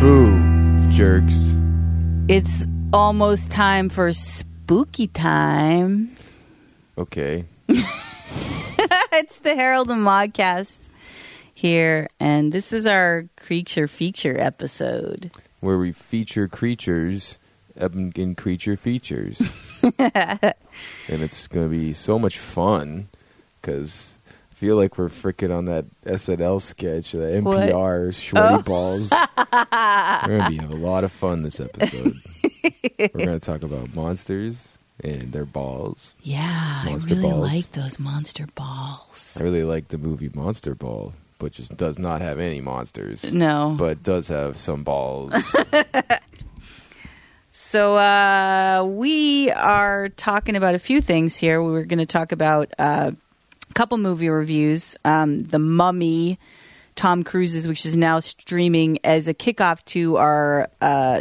Boo, jerks. It's almost time for spooky time. Okay. it's the Herald and Modcast here, and this is our creature feature episode. Where we feature creatures um, in creature features. and it's going to be so much fun because I feel like we're freaking on that SNL sketch, the What? Oh. NPR shorty balls. we're going to have a lot of fun this episode. we're going to talk about monsters and their balls. Yeah, Monster I really balls. like those monster balls. I really like the movie Monster Ball, but just does not have any monsters. No. But does have some balls. So uh, we are talking about a few things here. We were going to talk about uh, a couple movie reviews. Um, the Mummy, Tom Cruise's, which is now streaming as a kickoff to our uh,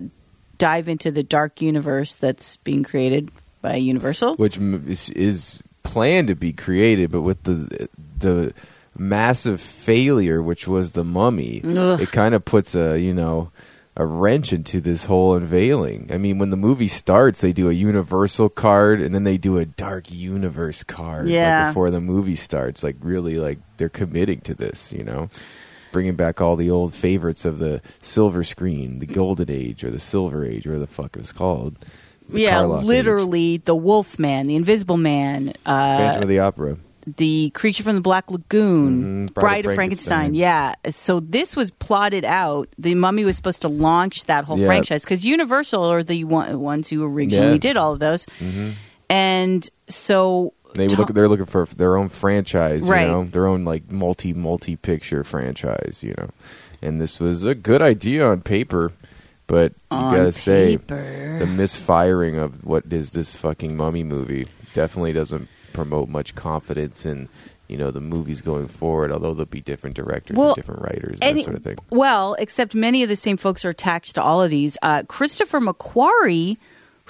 dive into the dark universe that's being created by Universal. which m- is, is planned to be created, but with the the massive failure, which was the mummy, Ugh. it kind of puts a you know a wrench into this whole unveiling. I mean, when the movie starts, they do a Universal card, and then they do a Dark Universe card like, Yeah. before the movie starts. Like really, like they're committing to this, you know. Bringing back all the old favorites of the silver screen, the golden age, or the silver age, or the fuck it was called. The yeah, Karloff age. literally the Wolf Man, the Invisible Man, uh, Phantom of the Opera. the creature from the black lagoon Mhm, bride, of frankenstein. yeah so this was plotted out the mummy was supposed to launch that whole Yeah. franchise because universal are the one, ones who originally Yeah. Mm-hmm. did all of those and so They Tom- look, they're looking for their own franchise, Right. you know, their own like multi multi picture franchise, you know. And this was a good idea on paper, but on you gotta say paper, the misfiring of what is this fucking mummy movie definitely doesn't promote much confidence in you know the movies going forward. Although there'll be different directors Well, and different writers and Any- that sort of thing. Well, except many of the same folks are attached to all of these. Uh, Christopher McQuarrie,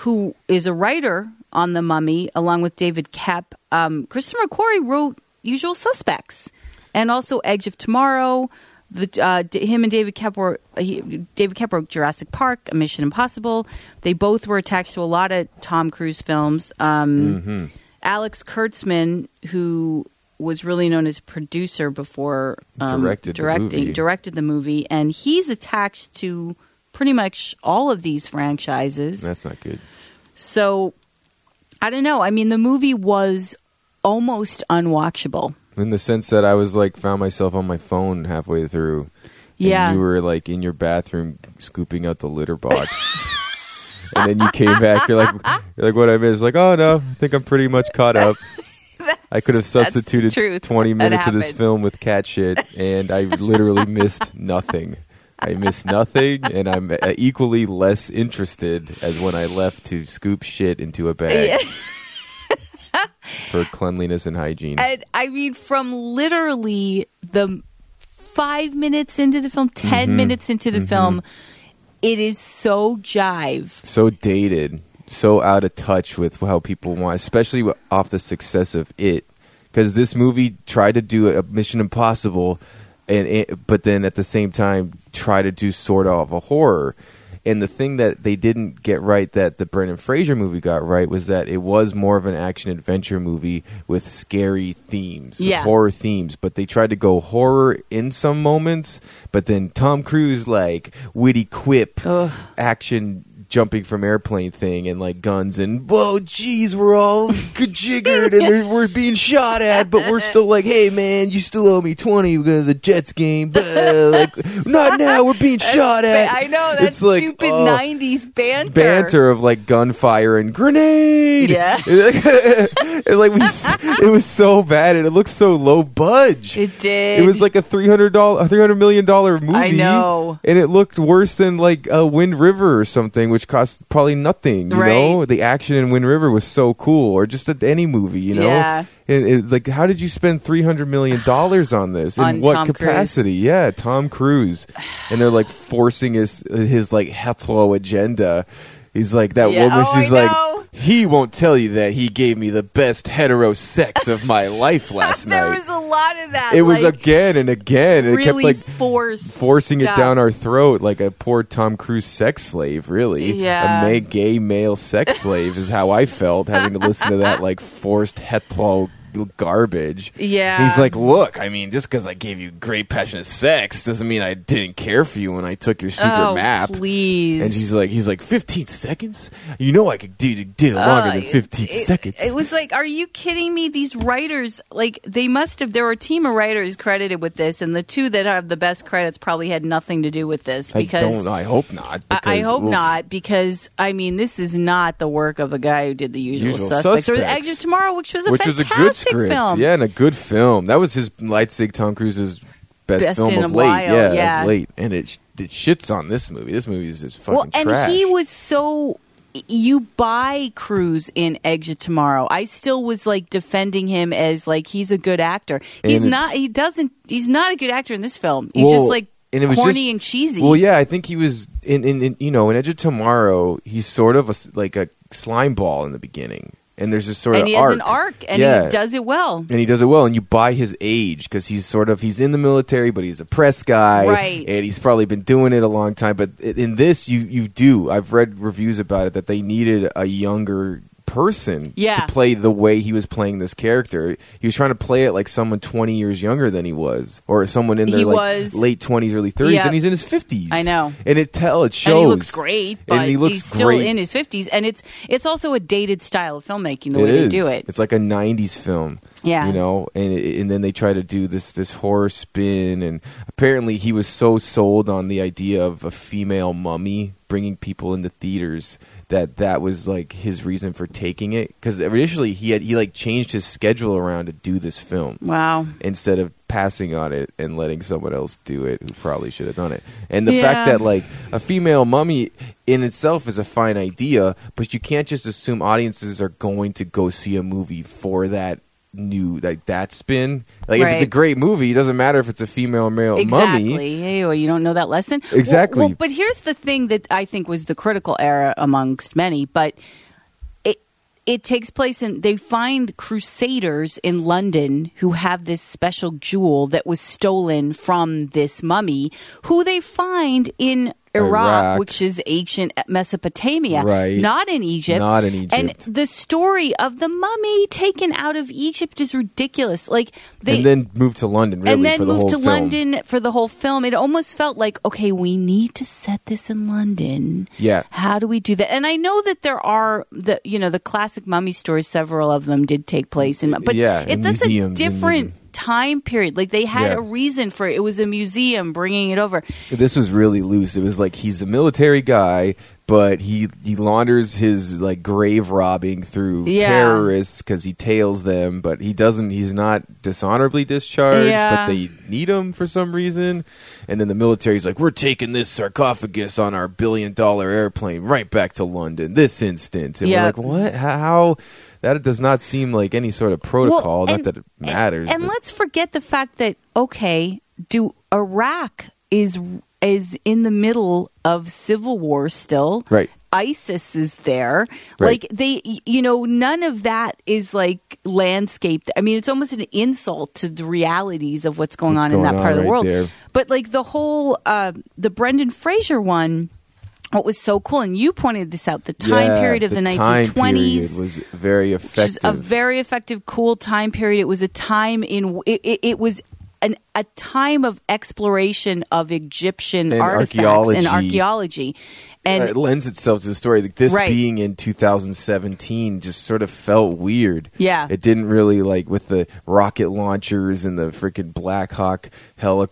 who is a writer on The Mummy, along with David Kep, um, Christopher McQuarrie wrote Usual Suspects and also Edge of Tomorrow. The, uh, D- him and David Kep were he, David Kep wrote Jurassic Park, A Mission Impossible. They both were attached to a lot of Tom Cruise films. Um, Mm-hmm. Alex Kurtzman, who was really known as a producer before um, Directed the directing movie. directed the movie, and he's attached to pretty much all of these franchises. That's not good. So I don't know. I mean, the movie was almost unwatchable. In the sense that I was like found myself on my phone halfway through. and Yeah. you were like in your bathroom scooping out the litter box. and then you came back, you're like you're like what I missed. Like, oh no, I think I'm pretty much caught up. I could have that's the substituted truth. 20 That minutes of this happened. film with cat shit and I literally missed nothing. I missed nothing and I'm uh, equally less interested as when I left to scoop shit into a bag. For cleanliness and hygiene. And I mean, from literally the five minutes into the film, 10 Mm-hmm. minutes into the film, it is so jive. so dated, so out of touch with how people want, especially w- off the success of it. Because this movie tried to do a Mission Impossible, and it, but then at the same time try to do sort of a horror. And the thing that they didn't get right that the Brendan Fraser movie got right was that it was more of an action adventure movie with scary themes, with Yeah. horror themes. But they tried to go horror in some moments, but then Tom Cruise like witty quip Ugh. action jumping from airplane thing and like guns and whoa geez we're all jiggered and they're- we're being shot at but we're still like hey man you still owe me 20 we go to the jets game but like not now we're being shot at I know, that's it's like stupid oh, 90s banter. banter of like gunfire and grenade Yeah. It's like we s- it was so bad and it looked so low budge It did. it was like a three hundred dollar, three hundred million dollar movie. know. and it looked worse than like a Wind River or something, which cost probably nothing. You Right. know, the action in Wind River was so cool, or just a, any movie. You know, Yeah. And it- like how did you spend three hundred million dollars on this? In On what Tom Cruise. capacity? Yeah, Tom Cruise, and they're like forcing his his like hetero agenda. He's like that Yeah. woman. Oh, she's I like, know. he won't tell you that he gave me the best hetero sex of my life last night. there was a lot of that. it was like, again and again. and really it kept like forced forcing stuff. it down our throat like a poor Tom Cruise sex slave, really. Yeah. A ma- gay male sex slave is how I felt having to listen to that like forced hetero garbage. Yeah. He's like, look, I mean, just because I gave you great passionate sex doesn't mean I didn't care for you when I took your secret oh, map. Please. And she's like, he's like, 15 seconds? You know I could do, do it longer Uh, than 15 it- seconds. It was like, are you kidding me? These writers, like, they must have. There were a team of writers credited with this, and the two that have the best credits probably had nothing to do with this I because don't. I hope not. I- I because, hope oof. not because I mean this is not the work of a guy who did the usual, Usual suspects, or the Suspects. Edge of Tomorrow, which was a which was a fantastic good script, film. yeah, and a good film. That was his Leipzig Tom Cruise's best, Best film in of a late, while, yeah, yeah. of late, and it sh- it shits on this movie. This movie is just fucking Well, and trash. he was so. You buy Cruz in Exit Tomorrow. I still was like defending him as like he's a good actor. He's And it- not. He doesn't. He's not a good actor in this film. He's Well, just like and it was corny just- and cheesy. Well, yeah, I think he was in, in, in you know in Edge of Tomorrow. He's sort of a s like a slime ball in the beginning, and there's this sort and of he arc. has an arc, and yeah. he does it well. and he does it well and you buy his age because he's sort of he's in the military but he's a press guy Right. and he's probably been doing it a long time but i- in this you you do i've read reviews about it that they needed a younger person Yeah. to play the way he was playing this character he was trying to play it like someone 20 years younger than he was or someone in their He like was- late 20s early 30s Yeah. and he's in his 50s I know. and it tell it shows And he looks great, And but he looks he's still great. in his fifties, and it's it's also a dated style of filmmaking the It way they is. do it. It's like a '90s film. Yeah. you know, and and then they try to do this this horror spin, and apparently he was so sold on the idea of a female mummy bringing people into theaters that that was like his reason for taking it because initially he had he like changed his schedule around to do this film wow. instead of passing on it and letting someone else do it who probably should have done it. And the Yeah. fact that like a female mummy in itself is a fine idea, but you can't just assume audiences are going to go see a movie for that new like that spin. Like if it's a Right. great movie, it doesn't matter if it's a female or male mummy. Exactly. Hey, well, you don't know that lesson. Well- Exactly. well, but here's the thing that I think was the critical error amongst many, but it it takes place in they find crusaders in London who have this special jewel that was stolen from this mummy, who they find in Iraq, Iraq. which is ancient Mesopotamia, Right. not in Egypt. Not in Egypt. And the story of the mummy taken out of Egypt is ridiculous. Like they and then move to London really and then for the moved whole film. to London for the whole film. It almost felt like, okay, we need to set this in London. Yeah. How do we do that? And I know that there are the you know the classic mummy stories. Several of them did take place in, but Yeah, it, in that's a museums and- different time period. Like they had Yeah. a reason for it. It was a museum bringing it over. This was really loose. It was like he's a military guy, but he he launders his like grave robbing through Yeah. terrorists because he tails them, but he doesn't. He's not dishonorably discharged, Yeah. but they need him for some reason. And then the military's like, "We're taking this sarcophagus on our billion dollar airplane right back to London this instant." And Yeah. we're like, "What? How?" how? That does not seem like any sort of protocol. not and- that it matters. And but- let's forget the fact that okay, do Iraq is is in the middle of civil war still. Right. ISIS is there. Right. Like they y- you know, none of that is like landscaped. I mean, it's almost an insult to the realities of what's going What's on in that going on part of the right world. there. But like the whole uh the Brendan Fraser one what was so cool, and you pointed this out, the time Yeah, period of the, time 1920s. period was very Which is effective. a very effective, cool time period. It was a time in it, it, it was an, a time of exploration of Egyptian And artifacts and archaeology. archaeology, and it lends itself to the story. Like this Right. being in 2017 just sort of felt weird. Yeah. it didn't really like with the rocket launchers and the freaking Black Hawk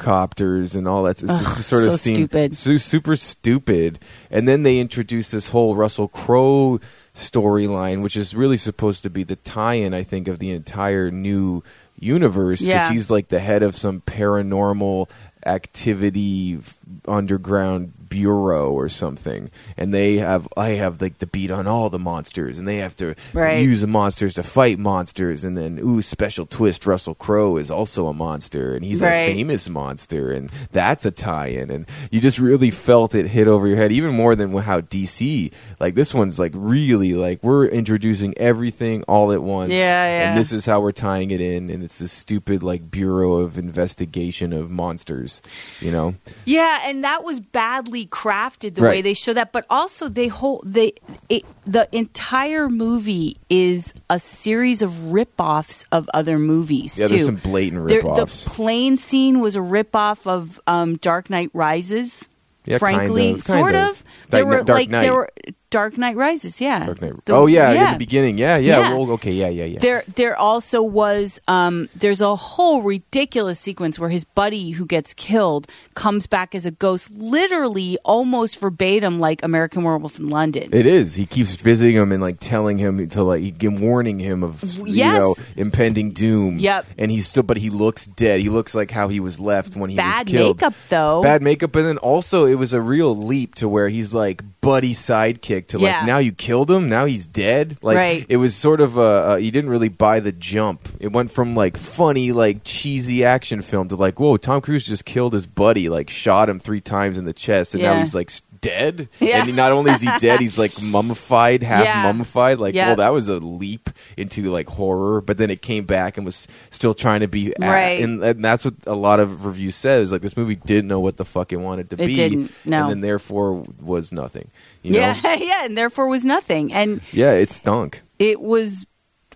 helicopters and all that. It's just sort so of seemed stupid. su- super stupid. And then they introduced this whole Russell Crowe storyline, which is really supposed to be the tie-in, I think, of the entire new universe because Yeah. he's like the head of some paranormal activity f- underground bureau or something, and they have I have like the beat on all the monsters, and they have to Right. use the monsters to fight monsters, and then ooh, special twist: Russell Crowe is also a monster, and he's Right. a famous monster, and that's a tie-in, and you just really felt it hit over your head even more than how DC like this one's like really like we're introducing everything all at once, Yeah, yeah. and this is how we're tying it in, and it's this stupid like Bureau of Investigation of monsters, you know. Yeah, and that was badly crafted the way Right. they show that, but also they whole they it, the entire movie is a series of rip-offs of other movies Yeah, too. there's some blatant There- rip-offs. The plane scene was a rip-off of um, Dark Knight Rises. Yeah, kind frankly, of, kind sort of. of. Dark There Kni- were Dark like Knight. there were Dark Knight Rises. Yeah. Dark Knight- The- oh yeah, in the beginning. Yeah, yeah. Yeah. Well, okay, yeah, yeah, yeah. There, there also was. Um, there's a whole ridiculous sequence where his buddy who gets killed comes back as a ghost, literally almost verbatim, like American Werewolf in London. it is. He keeps visiting him and like telling him to like he- warning him of you Yes. know impending doom. Yep. And he's still, but he looks dead. He looks like how he was left when he Bad was killed. makeup, though. Bad makeup, and then also it was a real leap to where he's like buddy sidekick to like Yeah. now you killed him, now he's dead. Like Right. it was sort of uh, uh, you didn't really buy the jump. It went from like funny, like cheesy action film to like whoa, Tom Cruise just killed his buddy, like shot him three times in the chest, and now Yeah. he's like s- dead. Yeah. And he- not only is he dead, he's like mummified, half Yeah. mummified. Like Yeah. well, that was a leap into like horror, but then it came back and was still trying to be a- Right. and and that's what a lot of reviews says. Like this movie didn't know what the fuck it wanted to It be, didn't, no. and then therefore was nothing. You yeah, know? yeah, and therefore was nothing, and yeah, it stunk. it was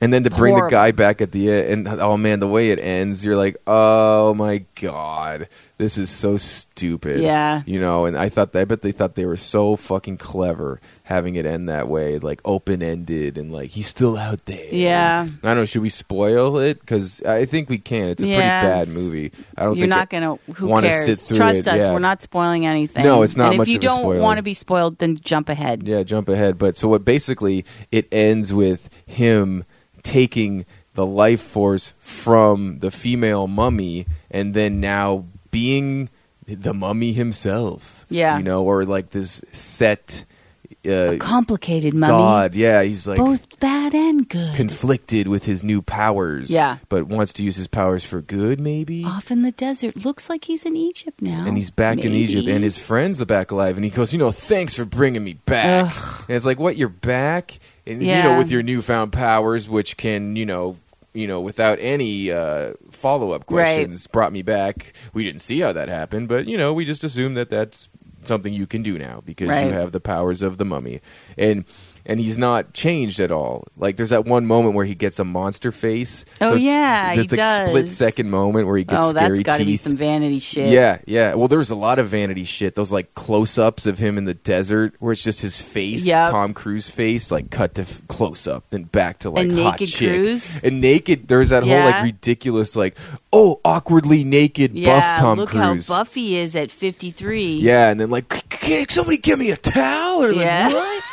And then to bring Horrible. the guy back at the end, and oh man, the way it ends, you're like, oh my god, this is so stupid. Yeah. you know. And I thought, I bet they thought they were so fucking clever having it end that way, like open ended, and like he's still out there. Yeah. I don't know. Should we spoil it? Because I think we can. It's a Yeah. pretty bad movie. I don't. you're think not I going to. Who wanna cares? Sit through Trust it. us, Yeah. we're not spoiling anything. No, it's not And much if you of a don't spoiler. want to be spoiled, then jump ahead. Yeah, jump ahead. But so what basically it ends with him taking the life force from the female mummy and then now being the mummy himself. Yeah. You know, or like this set uh, Complicated mummy, god. Yeah, he's like both bad and good. conflicted with his new powers. Yeah. Oh, But wants to use his powers for good maybe. off in the desert. Looks like he's in Egypt now. and he's back in Maybe. Egypt, and his friends are back alive. And he goes, you know, thanks for bringing me back. And it's like, what? You're back, and you know, Yeah. with your newfound powers, which can, you know, you know, without any uh, follow up Right. questions, brought me back. We didn't see how that happened, but you know, we just assume that that's something you can do now because you Right. have the powers of the mummy, and. And he's not changed at all. Like there's that one moment where he gets a monster face. Oh, yeah, he it's like split does. second moment where he gets oh, that's scary got to be teeth. some vanity shit. Yeah, yeah. Well, there was a lot of vanity shit. Those like close-ups of him in the desert, where it's just his face, Yep. Tom Cruise face, like cut to f- close-up, then back to like And hot naked chick. Cruise? and naked. There's that whole Yeah. like ridiculous, like oh, awkwardly naked Yeah, buff Tom look Cruise. how buff he is at 53. Yeah, and then like, "C- can somebody give me a towel or like Yeah. what?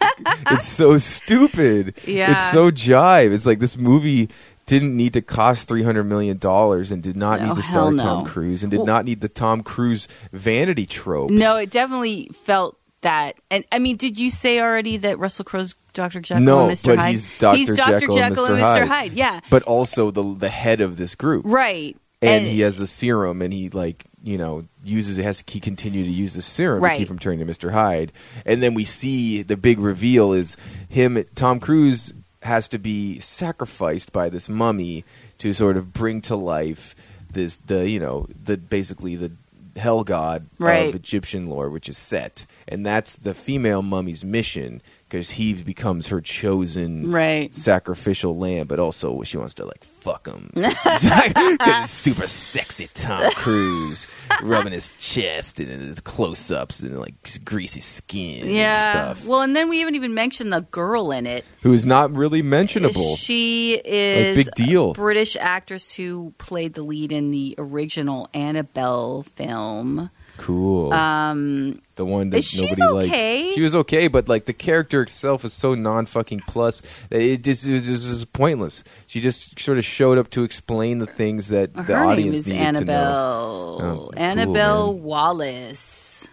it's so stupid. Yeah. it's so jive. It's like this movie didn't need to cost three hundred million dollars and did not No, need to hell star no. Tom Cruise and did Well- not need the Tom Cruise vanity trope. No, it definitely felt that. And I mean, did you say already that Russell Crowe's Dr. Jekyll No, and Mr. but Hyde? he's Dr. Jekyll and Jekyll Mr. Hyde. Yeah. but also the the head of this group, right. and, he has the serum, and he like you know uses it has to keep, continue to use the serum to Right. keep from turning to Mister Hyde, and then we see the big reveal is him Tom Cruise has to be sacrificed by this mummy to sort of bring to life this the you know the basically the hell god Right. of Egyptian lore which is Set, and that's the female mummy's mission because he becomes her chosen Right. sacrificial lamb, but also she wants to like fuck him. 'Cause it's super sexy Tom Cruise rubbing his chest and his close-ups and like greasy skin Yeah. and stuff. Well, and then we haven't even mentioned the girl in it. Who's not really mentionable. She is big deal. a British actress who played the lead in the original Annabelle film. cool. Um the one that she's nobody okay. liked. She was okay, but like the character itself is so non-fucking plus that it just it just is pointless. She just sort of showed up to explain the things that the Her name audience is needed to know. Annabelle. Oh, cool, Annabelle man. Wallace.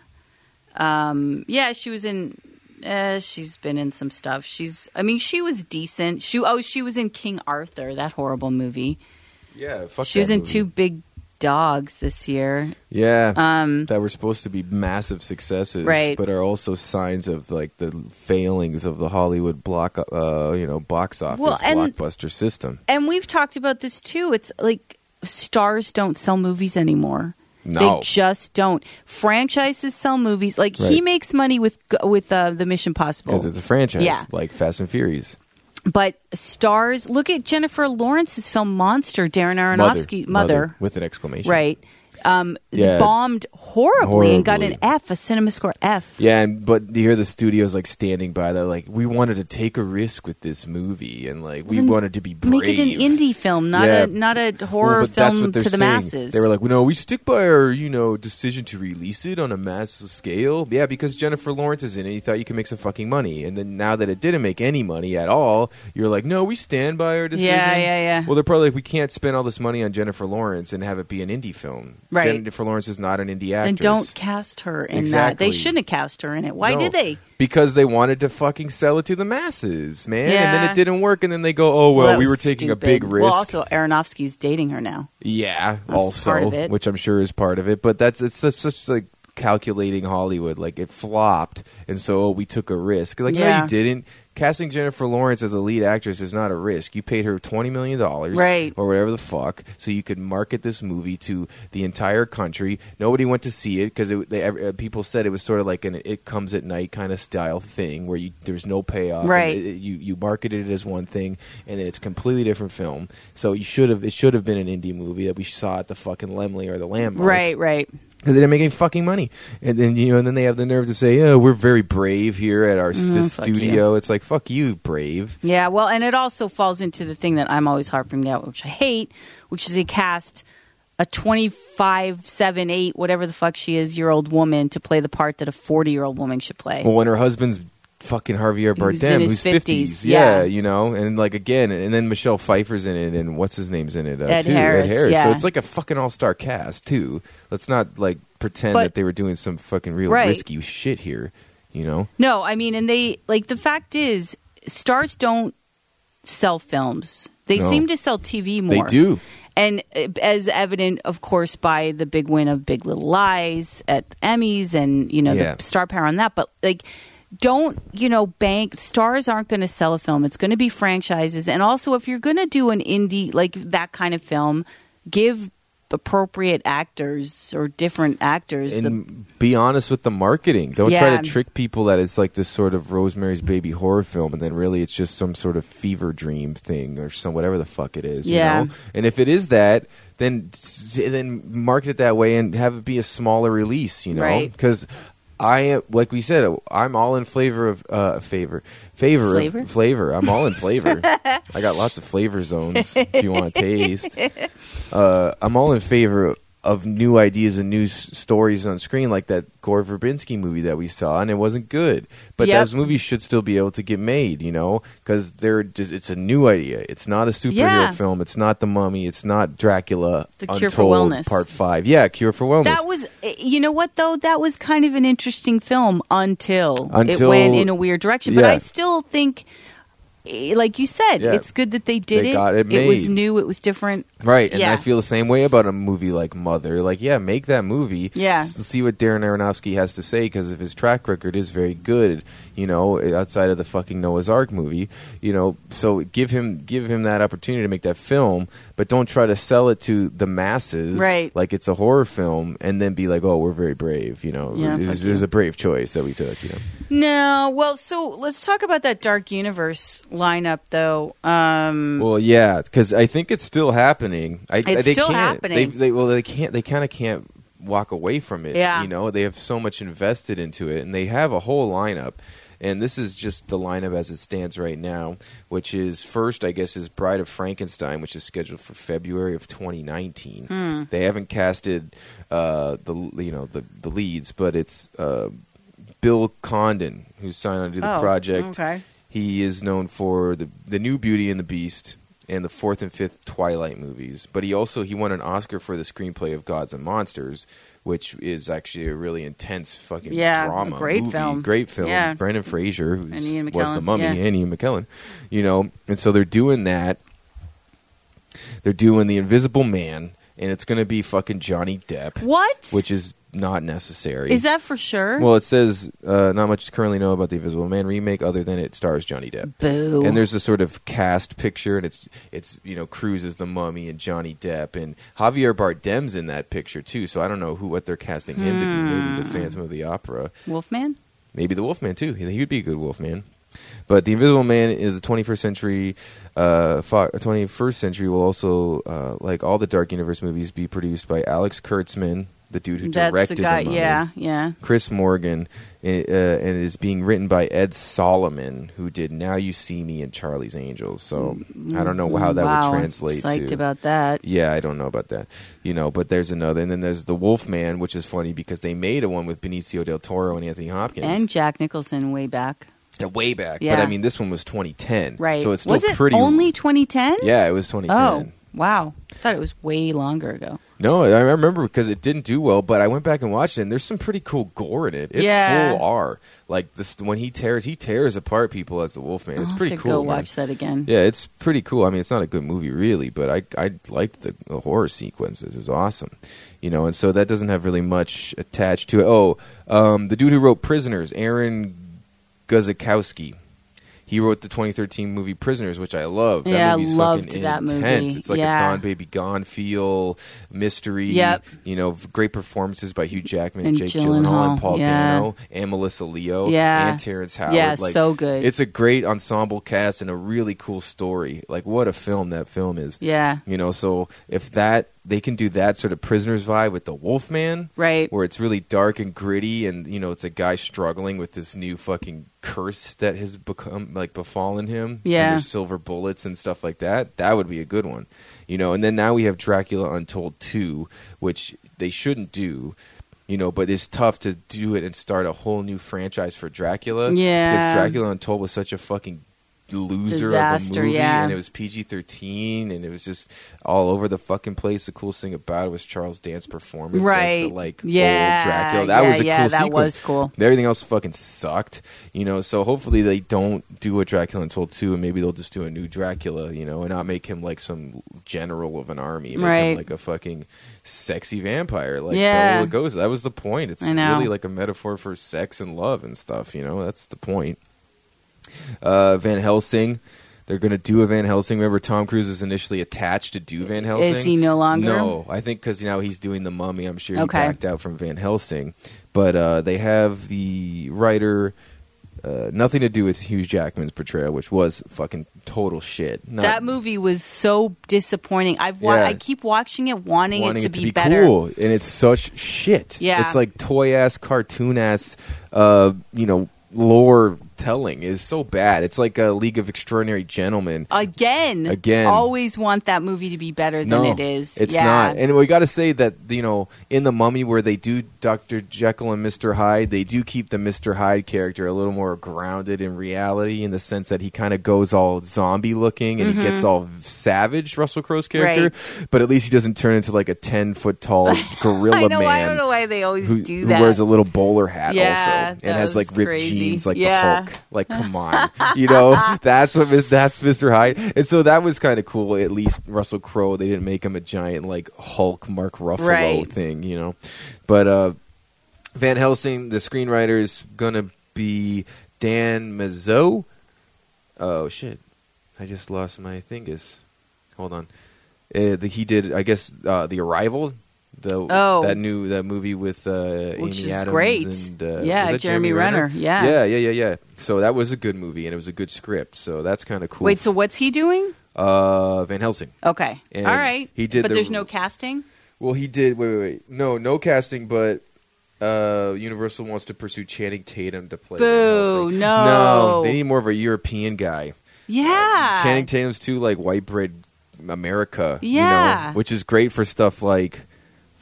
Um, yeah, she was in. Uh, she's been in some stuff. She's. I mean, she was decent. She. Oh, she was in King Arthur, that horrible movie. Yeah, fuck she was that in movie. Two Big Dogs this year. Yeah, Um, that were supposed to be massive successes, Right. But are also signs of like the failings of the Hollywood block, uh, you know, box office Well, and- blockbuster system. and we've talked about this too. It's like stars don't sell movies anymore. No. They just don't. Franchises sell movies. Like he Right. makes money with with uh, the Mission Possible, Because it's a franchise, Yeah. like Fast and Furious. but stars. Look at Jennifer Lawrence's film Monster. Darren Aronofsky, with an exclamation. right? Um, Yeah. bombed horribly, and got an Horribly. F, a Cinema Score F. Yeah, and but you hear the studios like standing by. They're like, we wanted to take a risk with this movie, and like we Then wanted to be brave. Make it an indie film, not Yeah. a not a horror Well, but that's film what to they're the saying. masses. They were like, well, no, we stick by our, you know, decision to release it on a mass scale. Yeah, because Jennifer Lawrence is in it. You thought you could make some fucking money. And then now that it didn't make any money at all, you're like, no, we stand by our decision. Yeah, yeah, yeah. Well, they're probably like, we can't spend all this money on Jennifer Lawrence and have it be an indie film. Right. Jennifer Lawrence is not an indie actress. then don't cast her in that. Exactly. They shouldn't have cast her in it. Why No. did they? Because they wanted to fucking sell it to the masses, man. And then Yeah. it didn't work. And then they go, oh, well, that we was were taking stupid. a big risk. Well, also Aronofsky's dating her now. Yeah, That's also, part of it. which I'm sure is part of it. But that's it's such, such like calculating Hollywood. Like it flopped, and so oh, we took a risk. Like no, Yeah. you didn't. Casting Jennifer Lawrence as a lead actress is not a risk. You paid her twenty million dollars, Right. or whatever the fuck, so you could market this movie to the entire country. Nobody went to see it because it, they, ev- uh, people said it was sort of like an "it comes at night" kind of style thing where you, there's no payoff. and Right. it- it- you you marketed it as one thing, and then it's a completely different film. So you should have it should have been an indie movie that we saw at the fucking Lemley or the Landmark, Right, right. Because they didn't make any fucking money, and then you know, and then they have the nerve to say, "Yeah, we're very brave here at our s this Mm, fuck you. studio." It's like, "Fuck you, brave." Yeah, well, and it also falls into the thing that I'm always harping about, which I hate, which is they cast a 25, 7, 8, whatever the fuck she is, year old woman to play the part that a 40 year old woman should play. Well, when her husband's fucking Javier Bardem, Who's in his who's 50s, yeah. yeah. you know, and like again, and then Michelle Pfeiffer's in it, and what's his name's in it uh, Ed too, Harris, Ed Harris. So yeah. it's like a fucking all star cast too. Let's not like pretend But- that they were doing some fucking real Right. risky shit here. You know, No, I mean, and they, like, the fact is, stars don't sell films, they No. seem to sell TV more. they do. and uh, as evident, of course, by the big win of Big Little Lies at the Emmys, and you know Yeah. the star power on that. But like, don't you know, bank stars aren't going to sell a film. It's going to be franchises, and also if you're going to do an indie like that kind of film, give appropriate actors or different actors the and be honest with the marketing. Don't try Yeah. to trick people that it's like this sort of Rosemary's Baby horror film, and then really it's just some sort of fever dream thing or some whatever the fuck it is. Yeah. You know? And if it is that, then s- then market it that way and have it be a smaller release. You know, Right. because. I am, like we said, I'm all in flavor of uh, favor, favor, Flavor? Of flavor. I'm all in flavor. I got lots of flavor zones. If you want to taste, uh, I'm all in favor of new ideas and new s- stories on screen, like that Gore Verbinski movie that we saw, and it wasn't good. But Yep. those movies should still be able to get made, you know, because they're just it's a new idea. It's not a superhero Yeah. film. It's not The Mummy. It's not Dracula. The Cure for Untold Wellness. Part Five. Yeah, Cure for Wellness. that was, eh, you know what though? That was kind of an interesting film until, Until- it went in a weird direction. But yeah. I still think, eh, like you said, Yeah. it's good that they did They it. got it was made. new. It was different. Right, and Yeah. I feel the same way about a movie like Mother. Like, yeah, make that movie. Yeah. S- see what Darren Aronofsky has to say because if his track record is very good, you know, outside of the fucking Noah's Ark movie, you know, so give him give him that opportunity to make that film, but don't try to sell it to the masses, Right. Like it's a horror film, and then be like, oh, we're very brave, you know. Yeah, it, fuck was, you. it was a brave choice that we took, you know. No, well, so let's talk about that Dark Universe lineup, though. Um, Well, yeah, because I think it's still happening. I, It's they still can't. happening. They, they, well, they can't. They kind of can't walk away from it. Yeah. you know, they have so much invested into it, and they have a whole lineup. And this is just the lineup as it stands right now, which is first, I guess, is Bride of Frankenstein, which is scheduled for February of 2019. Hmm. They haven't casted uh, the you know the the leads, but it's uh, Bill Condon who signed on to the Oh, project. okay. He is known for the the new Beauty and the Beast, and the fourth and fifth Twilight movies. But he also he won an Oscar for the screenplay of Gods and Monsters, which is actually a really intense fucking Yeah, drama, a great movie, film. great film. Yeah. Brandon Fraser, who And Ian was the McKellen, Mummy, yeah. and Ian McKellen, you know, and so they're doing that. They're doing the Invisible Man, and it's going to be fucking Johnny Depp, What? which is not necessary. is that for sure? Well, it says uh, not much is currently known about the Invisible Man remake, other than it stars Johnny Depp. Boo. And there's a sort of cast picture, and it's it's you know Cruz is the mummy and Johnny Depp and Javier Bardem's in that picture too. So I don't know who what they're casting him to be. Maybe Hmm. the Phantom of the Opera, Wolfman. maybe the Wolfman too. He he would be a good Wolfman. But the Invisible Man is the 21st century. Uh, fo- 21st century will also uh, like all the Dark Universe movies be produced by Alex Kurtzman, the dude who That's the directed guy. The Mummy. Yeah, yeah. Chris Morgan, uh, and it is being written by Ed Solomon, who did "Now You See Me" and "Charlie's Angels." So I don't know how that wow, would translate. I'm psyched to. about that. yeah, I don't know about that. You know, but there's another, and then there's the Wolfman, which is funny because they made a one with Benicio del Toro and Anthony Hopkins And Jack Nicholson way back. Yeah, way back. Yeah. But I mean, this one was 2010, Right. So it's still was it pretty. only 2010? yeah, it was Oh, 2010. wow. I thought it was way longer ago. No, I remember because it didn't do well, but I went back and watched it, and there's some pretty cool gore in it. It's Yeah. full R. Like this, when he tears, he tears apart people as the Wolfman. It's I'll pretty have to cool. go man. watch that again. Yeah, it's pretty cool. I mean, it's not a good movie really, but I I liked the, the horror sequences. It was awesome, you know. And so that doesn't have really much attached to it. Oh, um, the dude who wrote Prisoners, Aaron Guzikowski. He wrote the 2013 movie Prisoners, which I love. That Yeah, I movie's loved fucking that movie. intense. It's like Yeah. a Gone Baby Gone feel, mystery. Yep. You know, v- great performances by Hugh Jackman and, And Jake Gyllenhaal and Gyllenhaal, Paul yeah. Dano and Melissa Leo Yeah. and Terrence Howard. Yeah, so good. It's it's a great ensemble cast and a really cool story. Like what a film that film is. Yeah. You know, so if that they can do that sort of prisoners vibe with the Wolfman, Right. Where it's really dark and gritty, and you know, it's a guy struggling with this new fucking curse that has become like befallen him. and Yeah. there's silver bullets and stuff like that. That would be a good one, you know. And then now we have Dracula Untold two, which they shouldn't do. You know, but it's tough to do it and start a whole new franchise for Dracula. Yeah. because Dracula Untold was such a fucking loser of Disaster, a movie, yeah. and it was PG thirteen, and it was just all over the fucking place. The coolest thing about it was Charles Dance's performance, As Right. the, like Yeah, old Dracula. That yeah, was a yeah, cool that sequence. was cool. Everything else fucking sucked, you know. So hopefully they don't do a Dracula Untold two, and maybe they'll just do a new Dracula, you know, and not make him like some general of an army, make Right. him like a fucking sexy vampire, like Yeah. Bela Lugosi. That was the point. It's I know. really like a metaphor for sex and love and stuff, you know. That's the point uh, Van Helsing. They're going to do a Van Helsing. Remember, Tom Cruise was initially attached to do Van Helsing. Is he no longer? No, I think because now he's doing the Mummy. I'm sure he Okay. backed out from Van Helsing. But uh, they have the writer. Uh, nothing to do with Hugh Jackman's portrayal, which was fucking total shit. Not That movie was so disappointing. I've wa- Yeah. I keep watching it, wanting, wanting it to be, better. cool, and it's such shit. Yeah. it's like toy ass, cartoon ass, uh, you know, lore telling is so bad. It's like a League of Extraordinary Gentlemen Again, Again. always want that movie to be better than it is. It's yeah. not. And we got to say that you know, in the Mummy, where they do Doctor Jekyll and Mister Hyde, they do keep the Mister Hyde character a little more grounded in reality, in the sense that he kind of goes all zombie looking and Mm-hmm. he gets all savage. Russell Crowe's character, but at least he doesn't turn into like a ten foot tall gorilla I know. man. I don't know why they always Who, do who that. wears a little bowler hat Yeah, also that and has like was ripped crazy. jeans like Yeah. the Hulk. Like, come on, you know that's what Mis- that's Mr. Hyde, and so that was kind of cool. At least Russell Crowe, they didn't make him a giant like Hulk Mark Ruffalo Right. thing, you know. But uh, Van Helsing, the screenwriter is gonna be Dan Mazzot. Oh shit, I just lost my thingus. Hold on. Uh, the, he did, I guess, uh, the Arrival. The, Oh. that new that movie with uh, Which Amy is Adams great. and uh, Yeah, was that Jeremy Renner. Yeah. yeah, yeah, yeah, yeah. So that was a good movie and it was a good script. So that's kind of cool. Wait, so what's he doing? uh, Van Helsing. Okay, And all right. he did but the- there's no casting. Well, he did. Wait, wait, wait. No, no casting, but uh, Universal wants to pursue Channing Tatum to play. Van Boo, Helsing. no. no, they need more of a European guy. Yeah, Channing Tatum's too like white bread America, you Yeah. know, which is great for stuff like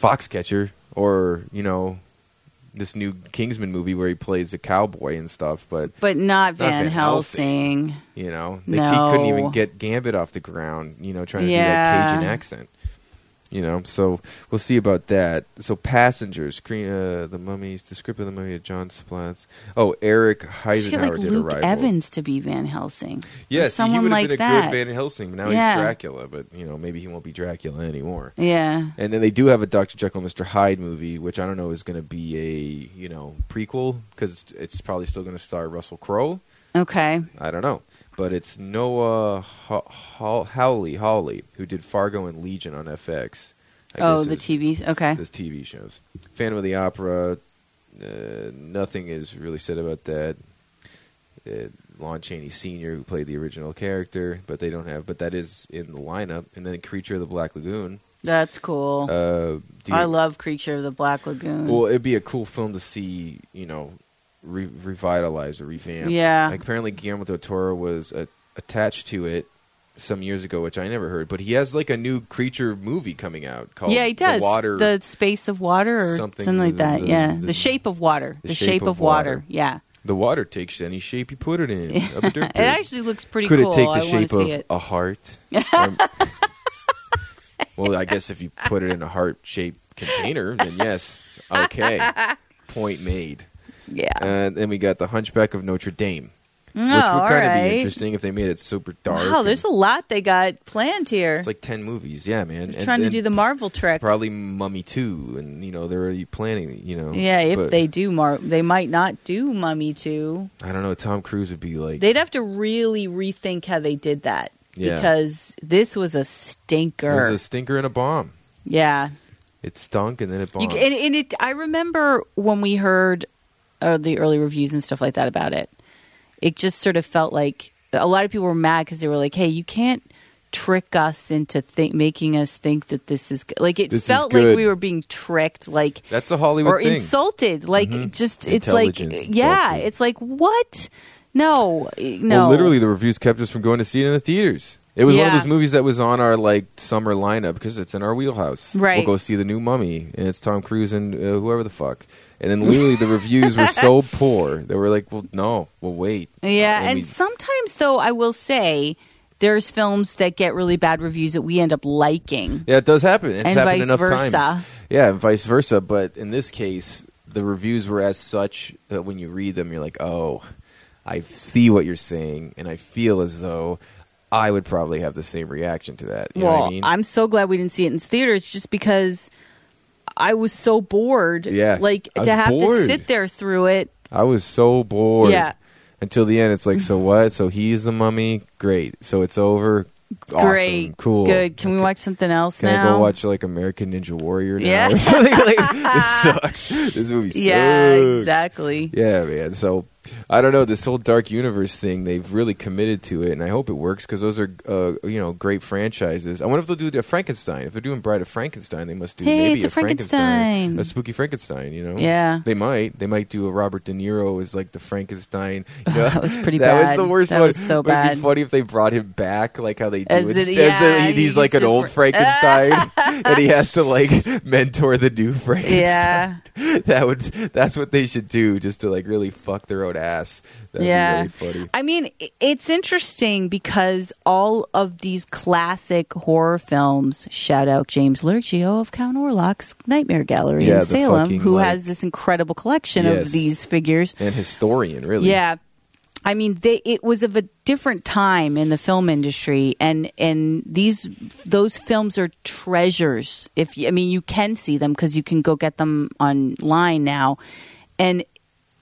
Foxcatcher or you know this new Kingsman movie where he plays a cowboy and stuff, but but not Van, Van Helsing. Helsing. you know, they he couldn't No. even get Gambit off the ground. You know, trying to Yeah. do that Cajun accent. You know, so we'll see about that. So passengers, Cre- uh, the mummies, the script of the mummy of John Splatz. Oh, Eric Just get Heisenhower like did Luke Arrival. Evans to be Van Helsing. Or Yes, see, he someone would have like been a that. good Van Helsing, but now Yeah. he's Dracula. But you know, maybe he won't be Dracula anymore. Yeah. And then they do have a Dr. Jekyll and Mr. Hyde movie, which I don't know is going to be a you know prequel because it's, it's probably still going to star Russell Crowe. Okay. I don't know, but it's Noah Ho- Ho- Howley Hawley who did Fargo and Legion on FX. I oh, guess the is- TVs. Okay. those TV shows. Phantom of the Opera. Uh, nothing is really said about that. Uh, Lon Chaney Sr., who played the original character, but they don't have. But that is in the lineup. And then Creature of the Black Lagoon. That's cool. Uh, do I you- love Creature of the Black Lagoon. Well, it'd be a cool film to see. You know, re- revitalized or revamped. Yeah. Like, apparently, Guillermo del Toro was uh, attached to it some years ago, which I never heard. But he has like a new creature movie coming out called yeah, he does. The Water. The space of water or something, Something- like the- that. the- yeah. The, the- shape of water. The, shape, of water. Yeah. The water takes any shape you put it in. Up a dirt It pig. actually looks pretty Could cool. it take I the wanna shape see of it. a heart? Or- well, I guess if you put it in a heart-shaped container, then yes. Okay, point made. yeah. And then we got the Hunchback of Notre Dame, oh, which would all kind of be right. interesting if they made it super dark. Wow, and- there's a lot they got planned here. it's like ten movies. Yeah, man. They're And trying to then do the Marvel trick. probably Mummy Two, and you know they're already planning. You know, yeah, if but they do Mar, they might not do Mummy Two. I don't know. Tom Cruise would be like, They'd have to really rethink how they did that Yeah. because this was a there's stinker. a stinker and a bomb. yeah, It stunk and then it You, bombed. ca- and, and it, I remember when we heard uh, the early reviews and stuff like that about it. It just sort of felt like a lot of people were mad because they were like, "Hey, you can't trick us into think, making us think that this is good." Like it This is felt like good. we were being tricked, like That's the Hollywood or thing. Mm-hmm. insulted. Like just it's like Intelligence yeah, insulted. it's like what? No, eh, no. Well, literally, the reviews kept us from going to see it in the theaters. It was one of Yeah. those movies that was on our like summer lineup because it's in our wheelhouse. Right. We'll go see the new Mummy, and it's Tom Cruise and uh, whoever the fuck. And then literally, the reviews were so poor they were like, "Well, no, we'll wait." Yeah, and and we- sometimes though I will say there's films that get really bad reviews that we end up liking. Yeah, it does happen. It's And happened vice enough versa. times. Yeah, and vice versa. But in this case, the reviews were as such that when you read them, you're like, "Oh, I see what you're saying," and I feel as though I would probably have the same reaction to that. You know well, what I mean? am so glad we didn't see it in theaters just because I was so bored. Yeah, Like I was to have to bored. sit there through it. I was so bored. Yeah. Until the end, it's like, so what? So he's the mummy. Great. So it's over. Awesome. Great. Cool. Good. Can we watch something else Can now? I go watch like American Ninja Warrior now? Yeah. Or something like, this sucks. This movie sucks. yeah, exactly. Yeah, man. So I don't know this whole dark universe thing. They've really committed to it, and I hope it works because those are uh, you know great franchises. I wonder if they'll do the Frankenstein. If they're doing Bride of Frankenstein, they must do Hey, maybe it's a a Frankenstein, Frankenstein. a spooky Frankenstein. You know? Yeah. They might. They might do a Robert De Niro as like the Frankenstein. You know? That was pretty that bad. was the worst That one. was so But it'd bad. be funny if they brought him back, like how they do. As it. it- As yeah, he- he's he's like an a old fr- Frankenstein, and he has to like mentor the new Frankenstein Yeah. that would that's what they should do just to like really fuck their own ass that'd yeah. be really funny I mean, i- it's interesting because all of these classic horror films, shout out James Lurgio of Count Orlok's Nightmare Gallery Yeah, in the Salem, fucking, who like- has this incredible collection Yes. of these figures. and historian really Yeah. I mean, they, it was of a different time in the film industry, and and these those films are treasures. If you, I mean, you can see them because you can go get them online now, and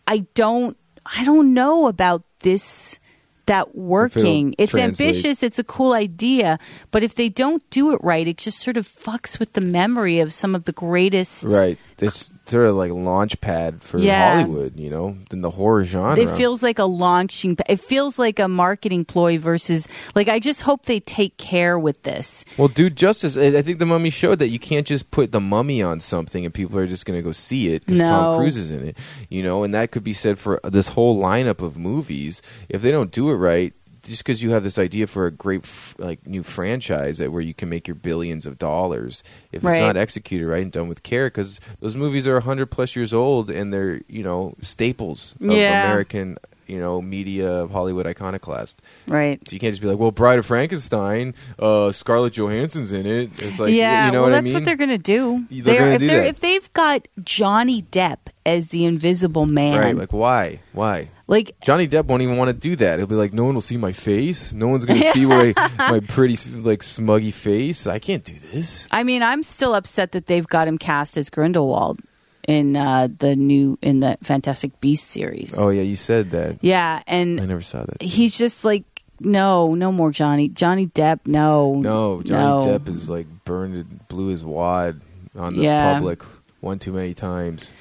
I don't I don't know about this that working. It's translate. ambitious. It's a cool idea, but if they don't do it right, it just sort of fucks with the memory of some of the greatest. right it's sort of like a launch pad for Yeah. hollywood you know in the horror genre It feels like a launching. It feels like a marketing ploy versus like I just hope they take care with this. well do justice i I think the mummy showed that you can't just put the mummy on something and people are just going to go see it because No. tom cruise is in it you know and that could be said for this whole lineup of movies if they don't do it right just because you have this idea for a great f- like new franchise that where you can make your billions of dollars if Right. it's not executed right and done with care because those movies are 100 plus years old and they're you know staples of Yeah. american you know media of hollywood iconoclast right. so you can't just be like well bride of frankenstein uh scarlett johansson's in it it's like you yeah, know what well, i that's mean what they're going to do. They're gonna if, do that. if they've got Johnny Depp as the Invisible Man, right like why why like Johnny Depp won't even want to do that. He'll be like, "No one will see my face. No one's gonna see my my pretty like smuggy face. I can't do this." I mean, I'm still upset that they've got him cast as Grindelwald in uh, the new in the Fantastic Beast series. Oh yeah, you said that. Yeah, and I never saw that. he's just like, no, no more Johnny. Johnny Depp, no, No, Johnny no. Depp is like burned, blew his wad on the Yeah. public one too many times.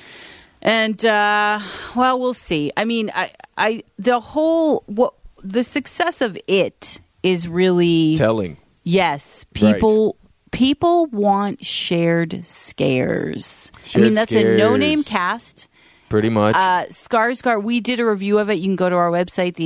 And uh, well, we'll see. I mean, I, I, the whole what the success of it is really Telling. yes, Right. people. People want shared scares. I mean, Shared that's a no-name scares. cast. Pretty much. Uh, Skarsgård, we did a review of it. You can go to our website,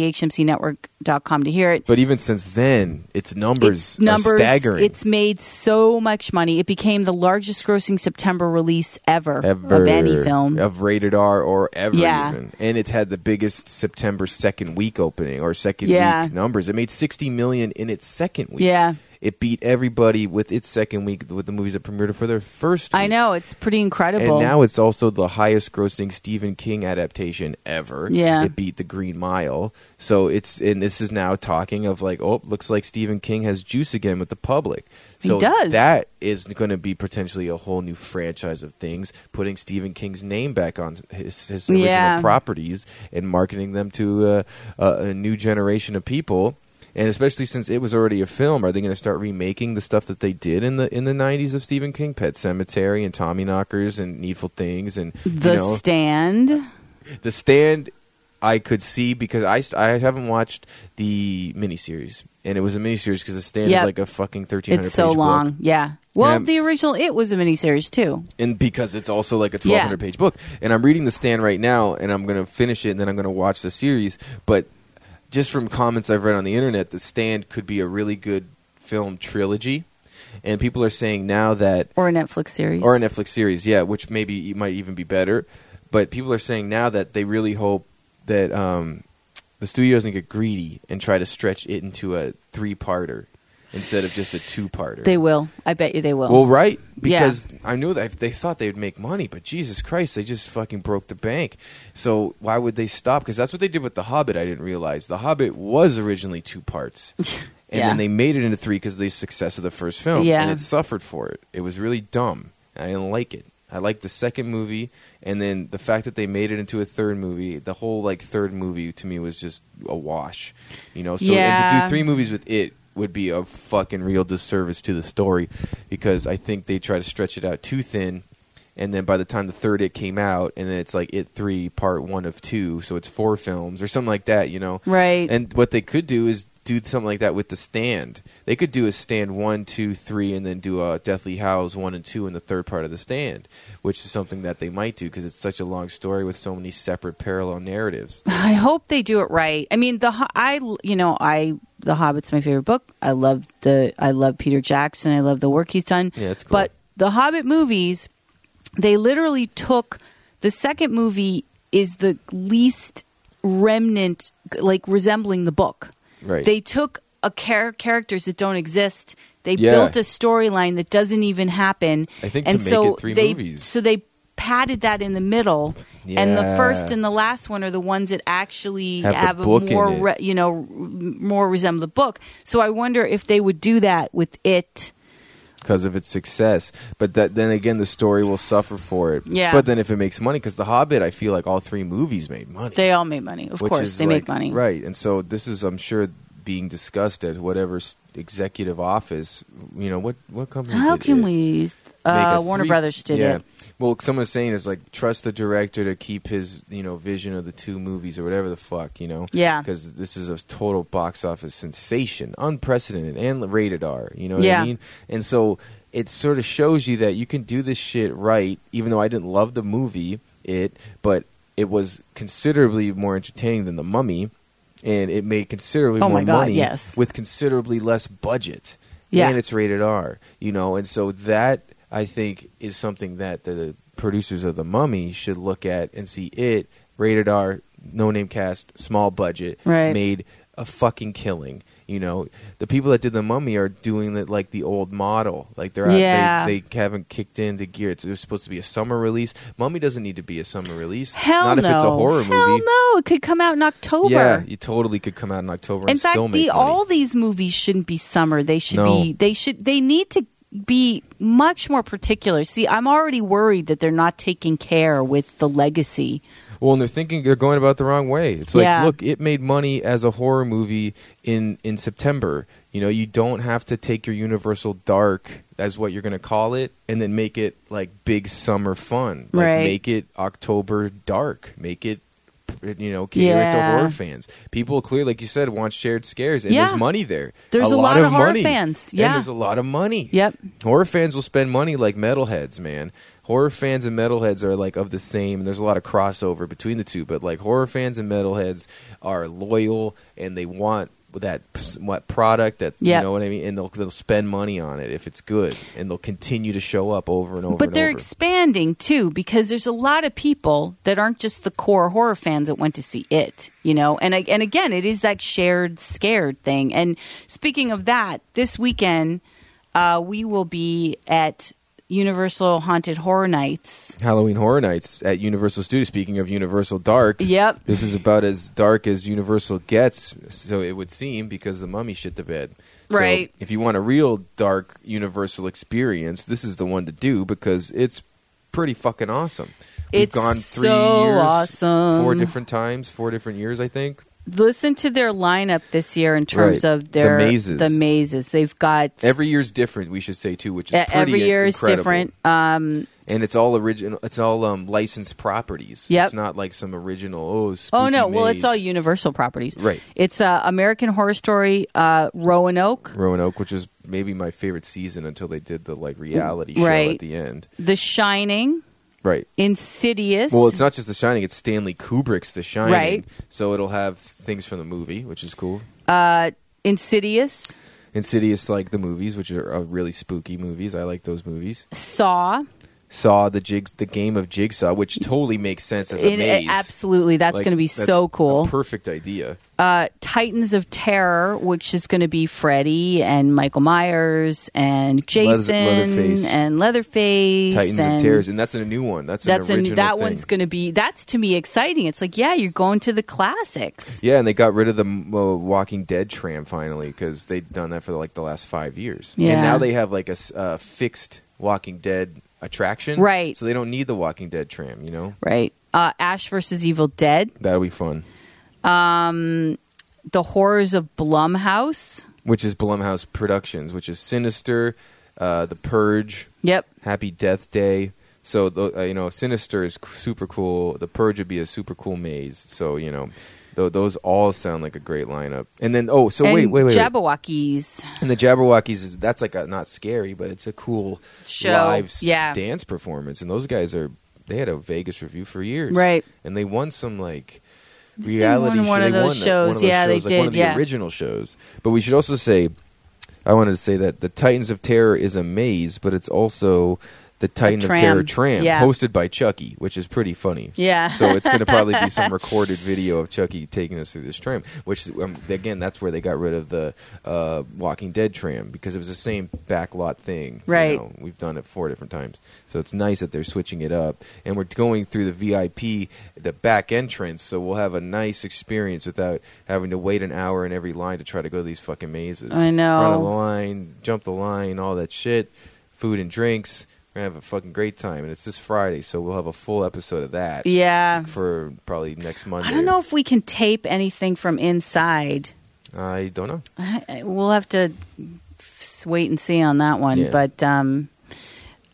thehmcnetwork.com, to hear it. but even since then, its numbers, It's are staggering. It's made so much money. It became the largest grossing September release ever, ever of any film. of rated R or ever Yeah. even. And it's had the biggest September second week opening or second Yeah. week numbers. It made 60 million in its second week. Yeah. It beat everybody with its second week with the movies that premiered for their first week. I know. It's pretty incredible. And now it's also the highest grossing Stephen King adaptation ever. Yeah. It beat The Green Mile. So it's, and this is now talking of like, oh, looks like Stephen King has juice again with the public. He So does. that is going to be potentially a whole new franchise of things, putting Stephen King's name back on his, his original Yeah. properties and marketing them to uh, a, a new generation of people. And especially since it was already a film, are they going to start remaking the stuff that they did in the in the '90s of Stephen King, Pet Cemetery and Tommyknockers and Needful Things and you the know, Stand. The Stand? I could see because I, st- I haven't watched the miniseries, and it was a miniseries because The Stand Yep. is like a fucking thirteen hundred It's so page long. book. Yeah. Well, And I'm- the original It was a miniseries, too. and because it's also like a Yeah. 1200 page book and i'm reading the stand right now and i'm going to finish it and then i'm going to watch the series but just from comments i've read on the internet the stand could be a really good film trilogy and people are saying now that Or a Netflix series. or a Netflix series, yeah, which maybe it might even be better. But people are saying now that they really hope that um, the studio doesn't get greedy and try to stretch it into a three-parter instead of just a two-parter. They will. I bet you they will. Well, right, Yeah. because I knew that they thought they would make money, but Jesus Christ, they just fucking broke the bank. So why would they stop? Because that's what they did with The Hobbit. I didn't realize The Hobbit was originally two parts, and Yeah. then they made it into three because of the success of the first film, Yeah. and it suffered for it. It was really dumb. and I didn't like it. I liked the second movie, and then the fact that they made it into a third movie, the whole like third movie to me was just a wash, you know. So and to Yeah. do three movies with it would be a fucking real disservice to the story because I think they try to stretch it out too thin. And then by the time the third it came out, and then it's like it three part one of two, so it's four films or something like that, you know? Right. And what they could do is do something like that with the stand. They could do a stand one, two, three, and then do a Deathly Hallows one and two in the third part of the stand, which is something that they might do because it's such a long story with so many separate parallel narratives. I hope they do it right. I mean, the Ho- I you know I the Hobbit's my favorite book. I love the I love Peter Jackson. I love the work he's done. Yeah, it's cool. But the Hobbit movies, they literally took the second movie is the least remnant like resembling the book. Right. They took a char- characters that don't exist. They Yeah. built a storyline that doesn't even happen. I think to and make so it three they movies. so they padded that in the middle and the Yeah. first and the last one are the ones that actually Have the have, a book in more it. re, you know r- more resemble the book so i wonder if they would do that with it because of its success. But that then again, the story will suffer for it. Yeah. But then if it makes money, because The Hobbit, I feel like all three movies made money. they all made money of which course is they like- make money right? And so this is, I'm sure, being discussed at whatever s- executive office. You know what? What company? how did can it? we Make uh, a warner three- brothers did yeah. it Well, someone's saying is like trust the director to keep his you know vision of the two movies or whatever the fuck you know. Yeah. Because this is a total box office sensation, unprecedented, and rated R. You know what Yeah. I mean? And so it sort of shows you that you can do this shit right, even though I didn't love the movie it, but it was considerably more entertaining than the Mummy. and it made considerably Oh my more God, money yes. with considerably less budget. Yeah. and it's rated R. You know, and so that I think is something that the producers of the Mummy should look at and see it rated R, no name cast, small budget, Right. made a fucking killing. You know, the people that did the Mummy are doing it like the old model, like they're out- Yeah. they, they haven't kicked into gear. It's, it was supposed to be a summer release. Mummy doesn't need to be a summer release. Hell Not no. if it's a horror Hell movie. no. It could come out in October. Yeah, you totally could come out in October in and fact, still make the, money. all these movies shouldn't be summer. They should No. be. They should. They need to be much more particular. See, I'm already worried that they're not taking care with the legacy. Well, and they're thinking they're going about it the wrong way. It's like, Yeah. look, it made money as a horror movie in in September. You know, you don't have to take your Universal Dark as what you're going to call it, and then make it like big summer fun. Like, Right. Make it October Dark. Make it. You know, cater it to Yeah. horror fans. People clearly, like you said, want shared scares, and Yeah. there's money there. There's a lot of horror money. fans. And Yeah. there's a lot of money. Yep. Horror fans will spend money like metalheads, man. Horror fans and metalheads are like of the same. There's a lot of crossover between the two, but like horror fans and metalheads are loyal and they want that what product that Yep. you know what I mean, and they'll they'll spend money on it if it's good, and they'll continue to show up over and over. But and they're over. expanding too because there's a lot of people that aren't just the core horror fans that went to see it, you know. And I- and again, it is that shared scared thing. And speaking of that, this weekend uh, we will be at Universal Haunted Horror Nights. Halloween Horror Nights at Universal Studios. Speaking of Universal Dark, Yep. this is about as dark as Universal gets, so it would seem, because the mummy shit the bed. So Right. if you want a real dark Universal experience, this is the one to do because it's pretty fucking awesome. We've It's gone three so years, awesome. four different times, four different years, I think. Listen to their lineup this year in terms Right. of their The mazes. The mazes. They've got Every year's different, we should say too, which e- is pretty every year is incredible. different. Um, and it's all original. It's all um, licensed properties. Yep. It's not like some original. Oh, Oh no! spooky Well, it's maze. all Universal properties, Right. It's uh, American Horror Story, uh, Roanoke, Roanoke, which is maybe my favorite season until they did the like reality show Right. at the end. The Shining, Right. Insidious. Well, it's not just The Shining; it's Stanley Kubrick's The Shining. Right. So it'll have things from the movie, which is cool. uh, Insidious, Insidious, like the movies, which are uh, really spooky movies. I like those movies. Saw. Saw the jigs, the game of Jigsaw, which totally makes sense as a It- maze. it- absolutely, that's Like, going to be that's so a cool. perfect idea. uh, Titans of Terror, which is going to be Freddy and Michael Myers and Leather- Jason Leatherface. and Leatherface. Titans and of Terrors, and that's a new one. That's, That's an an, original that thing. one's going to be that's to me exciting. It's like yeah, you're going to the classics. Yeah, and they got rid of the uh, Walking Dead tram finally because they'd done that for like the last five years. Yeah. And now they have like a s- uh, fixed Walking Dead attraction. Right. So they don't need the Walking Dead tram, you know? Right. Uh, Ash versus Evil Dead. That'll be fun. The Horrors of Blumhouse. Which is Blumhouse Productions, which is Sinister, uh, The Purge, Yep. Happy Death Day. So, tho- uh, you know, Sinister is c- super cool. The Purge would be a super cool maze. So, you know, tho- those all sound like a great lineup. And then, oh, so and wait, wait, wait. wait. Jabberwockies. And the Jabberwockies is that's like a, not scary, but it's a cool Show, live s- yeah. dance performance. And those guys are they had a Vegas review for years, Right. And they won some like reality won show. one they of those won the- one shows. of Yeah, they shows, like One did, of the yeah. original shows. But we should also say, I wanted to say that the Titans of Terror is a maze, but it's also the Titan of tram. Terror tram Yeah. hosted by Chucky, which is pretty funny. Yeah. So it's going to probably be some recorded video of Chucky taking us through this tram, which um, again, that's where they got rid of the uh, Walking Dead tram because it was the same backlot thing. you Right. know. We've done it four different times, so it's nice that they're switching it up, and we're going through the VIP, the back entrance, so we'll have a nice experience without having to wait an hour in every line to try to go to these fucking mazes. I know. Front of the line, jump the line, all that shit, food and drinks. We're gonna have a fucking great time, and it's this Friday, so we'll have a full episode of that Yeah. for probably next Monday. I don't know if we can tape anything from inside. I don't know. I- I- We'll have to f- wait and see on that one. Yeah. But um,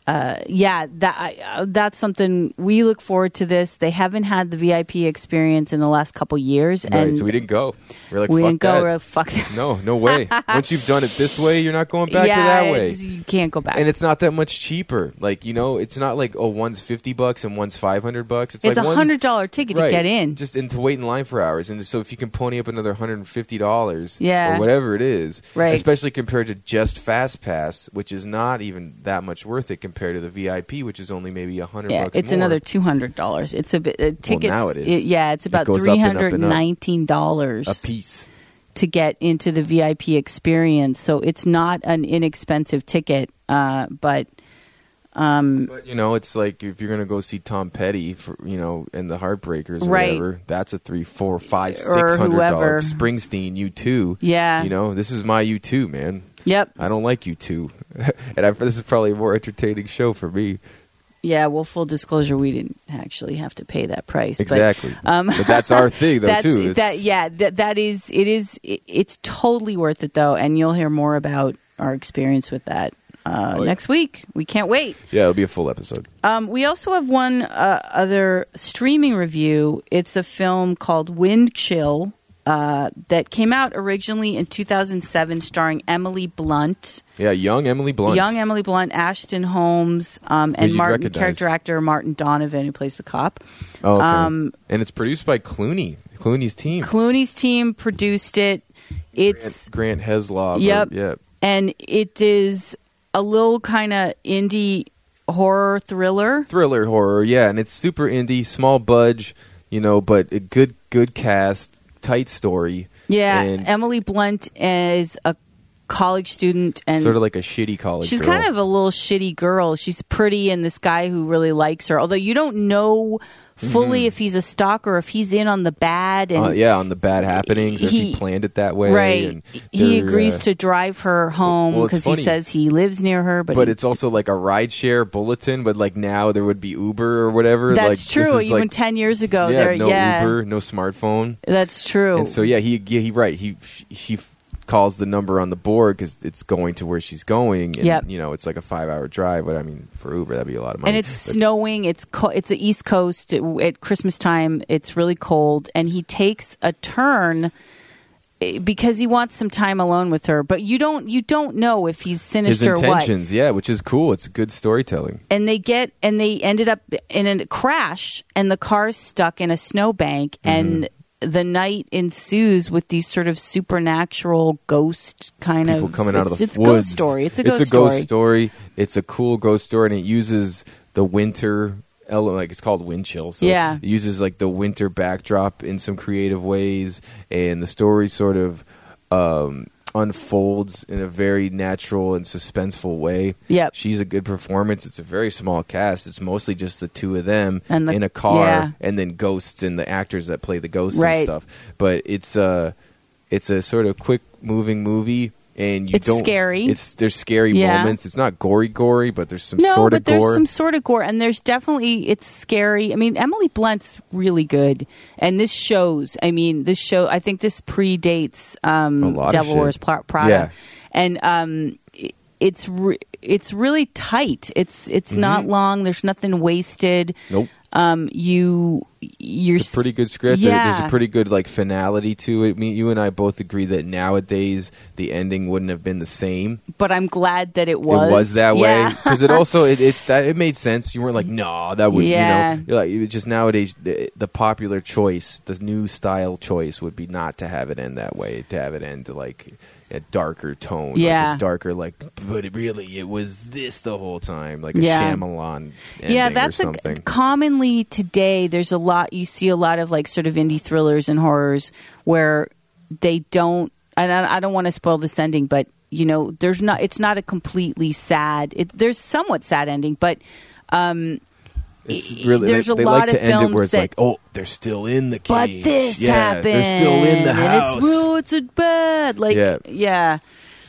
uh, yeah, that I, uh, that's something we look forward to. This they haven't had the VIP experience in the last couple years, and Right, so we didn't go. We're like, we fuck didn't go. that. We're like, fuck. that. no, no way. Once you've done it this way, you're not going back yeah, to that way. it's- you can't go back. And it's not that much cheaper. Like you know, it's not like oh, one's fifty bucks and one's five hundred bucks. It's, It's like a one's- hundred dollar ticket Right. to get in. just and to wait in line for hours. And so if you can pony up another hundred and fifty dollars, Yeah. or whatever it is, Right. Especially compared to just Fast Pass, which is not even that much worth it compared to the VIP, which is only maybe a hundred. yeah, bucks it's more. another two hundred dollars. It's a bit uh, tickets. now it is. it- yeah, it's about goes up three and up hundred and up. nineteen dollars a piece. to get into the VIP experience. So it's not an inexpensive ticket, uh, but But you know, it's like if you're gonna go see Tom Petty for you know and the Heartbreakers or Right. whatever, that's a three, four, five, six Or hundred dollar whoever. Springsteen U two. Yeah. You know, this is my U two, man. yep, I don't like U two. and I, this is probably a more entertaining show for me. yeah. Well, full disclosure, we didn't actually have to pay that price. but- uh, um, Exactly. but that's our thing though That's, too. It's- that yeah, that that is it is it, it's totally worth it though, and you'll hear more about our experience with that uh, yeah. next week. We can't wait. Yeah, it'll be a full episode. Um, we also have one uh, other streaming review. It's a film called Wind Chill uh, that came out originally in 2007, starring Emily Blunt, Yeah, young Emily Blunt. young E- Emily Blunt, Ashton Holmes, um, and you'd Martin recognize. character actor Martin Donovan, who plays the cop. oh, okay. um, and it's produced by Clooney. Clooney's team. Clooney's team produced it. It's Grant, Grant Heslov. or- Yep. yeah. and it is a little kind of indie horror thriller. thriller horror yeah and it's super indie small budge you know but a good good cast tight story Yeah, and Emily Blunt is a college student and sort of like a shitty college she's girl. kind of a little shitty girl. She's pretty and this guy who really likes her. Although you don't know fully if he's a stalker, if he's in on the bad and Mm-hmm. Uh, yeah on the bad happenings or if he He- planned it that way right. and He they're, agrees uh, to drive her home well, it's because funny. he says he lives near her, but, but he- it's also like a rideshare bulletin but like now there would be uber or whatever that's like this true. is Even like, ten years ago, yeah there, no yeah, uber no smartphone that's true. and so yeah he yeah, he right he she calls the number on the board because it's going to where she's going and Yep. you know it's like a five hour drive but i mean for uber that'd be a lot of money and it's snowing. It's co- it's the East Coast at- at Christmas time. It's really cold, and he takes a turn eh, because he wants some time alone with her. But you don't you don't know if he's his sinister or what. intentions, yeah, which is cool. It's good storytelling. And they get and they ended up in a crash, and the car's stuck in a snowbank, Mm-hmm. and the night ensues with these sort of supernatural ghost kind People of coming out of it's- the it's woods. ghost story. It's a ghost, story. It's a cool ghost story, and it uses the winter element. Like it's called wind chill. So Yeah. it uses like the winter backdrop in some creative ways, and the story sort of um, unfolds in a very natural and suspenseful way. Yep. she's a good performance. It's a very small cast. It's mostly just the two of them And the- in a car, yeah. and then ghosts and the actors that play the ghosts and Right. stuff. But it's uh it's a sort of quick moving movie and you It's don't scary. It's there's scary Yeah. moments. It's not gory gory, but there's some No, sort but of gore. there's some sort of gore, and there's definitely it's scary. I mean, Emily Blunt's really good, and this shows. I mean, this show. I think this predates A um, lot of Devil shit. Wears Pla- Prada, Yeah. and um, i- it's re- it's really tight. It's it's not long. There's nothing wasted. Mm-hmm. nope. Um, you you're It's a pretty good script. There- There's Yeah. a pretty good like finality to it. Me, you and I both agree that nowadays the ending wouldn't have been the same. but I'm glad that it was It was that Yeah. way because it also it it's that, it made sense. You weren't like, no, that would Yeah. you know. You're like, it just nowadays the, the popular choice, the new style choice would be not to have it end that way, to have it end to like a darker tone, like, a Yeah. darker like. But it really, it was this the whole time, like a Yeah. Shyamalan. Ending yeah, or that's a, something. commonly today. There's a lot you see a lot of like sort of indie thrillers and horrors where they don't. And I, I don't want to spoil this ending, but you know, there's not. It's not a completely sad. It, there's somewhat sad ending, but It's really there's they, a they lot like of to end it films where it's that- like, oh, they're still in the cage. but this yeah, happened. They're still in the house. and it's roots and bad. Like Yeah. yeah.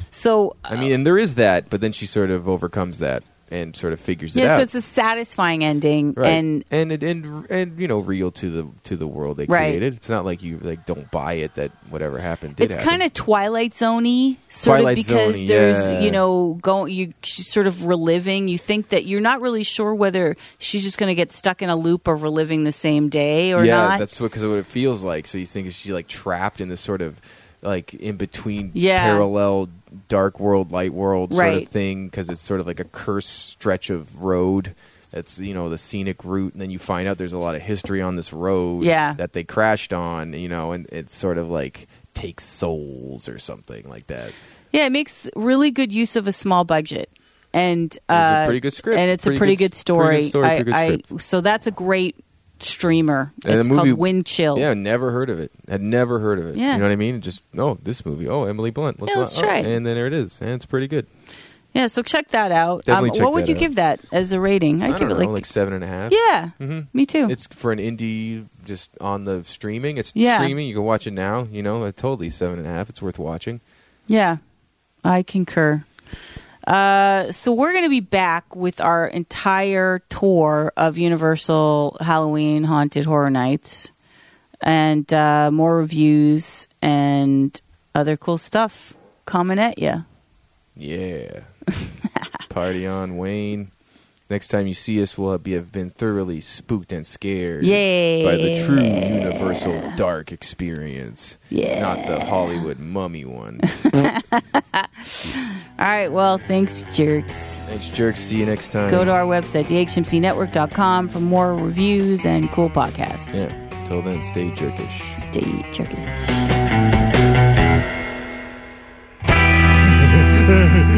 So I mean, and there is that, but then she sort of overcomes that. and sort of figures it Yeah, out. so it's a satisfying ending, Right. and and it, and and you know real to the to the world they Right. created. It's not like you like don't buy it that whatever happened did it's happen. kind of Twilight Zoney, sort Twilight of because Zone-y, there's yeah. you know going you she's sort of reliving. You think that you're not really sure whether she's just going to get stuck in a loop of reliving the same day or yeah, not. that's what because what it feels like. So you think is she like trapped in this sort of like in between Yeah. parallel dark world light world sort Right. of thing because it's sort of like a cursed stretch of road. That's you know the scenic route, and then you find out there's a lot of history on this road Yeah. that they crashed on. You know, and it's sort of like takes souls or something like that. yeah, it makes really good use of a small budget. And uh, pretty good script. and it's Pretty a pretty good good, s- story. pretty good story, I- pretty good I- script. so that's a great streamer. And it's the movie- called Wind Chill. Yeah, never heard of it. Had never heard of it. Oh. Yeah. You know what I mean? Just oh, this movie. Oh, Emily Blunt. Let's, Yeah, let's oh, try it. And then there it is. And it's pretty good. Yeah, so check that out. Um, Definitely check what would that you out. give that as a rating? I I'd give don't it know, like, like, Mm-hmm. seven and a half. yeah, me too. It's for an indie just on the streaming. It's Yeah. streaming. You can watch it now. You know, it's totally seven and a half. It's worth watching. Yeah, I concur. Uh, so we're going to be back with our entire tour of Universal Halloween Haunted Horror Nights, and uh, more reviews and other cool stuff coming at you. Yeah. Party on, Wayne. Next time you see us, we'll be, have been thoroughly spooked and scared Yeah. by the true universal dark experience, Yeah. not the Hollywood mummy one. All right, well, thanks, jerks. Thanks, jerks. See you next time. Go to our website, thehmcnetwork.com, for more reviews and cool podcasts. Yeah. Till then, stay jerkish. Stay jerkish.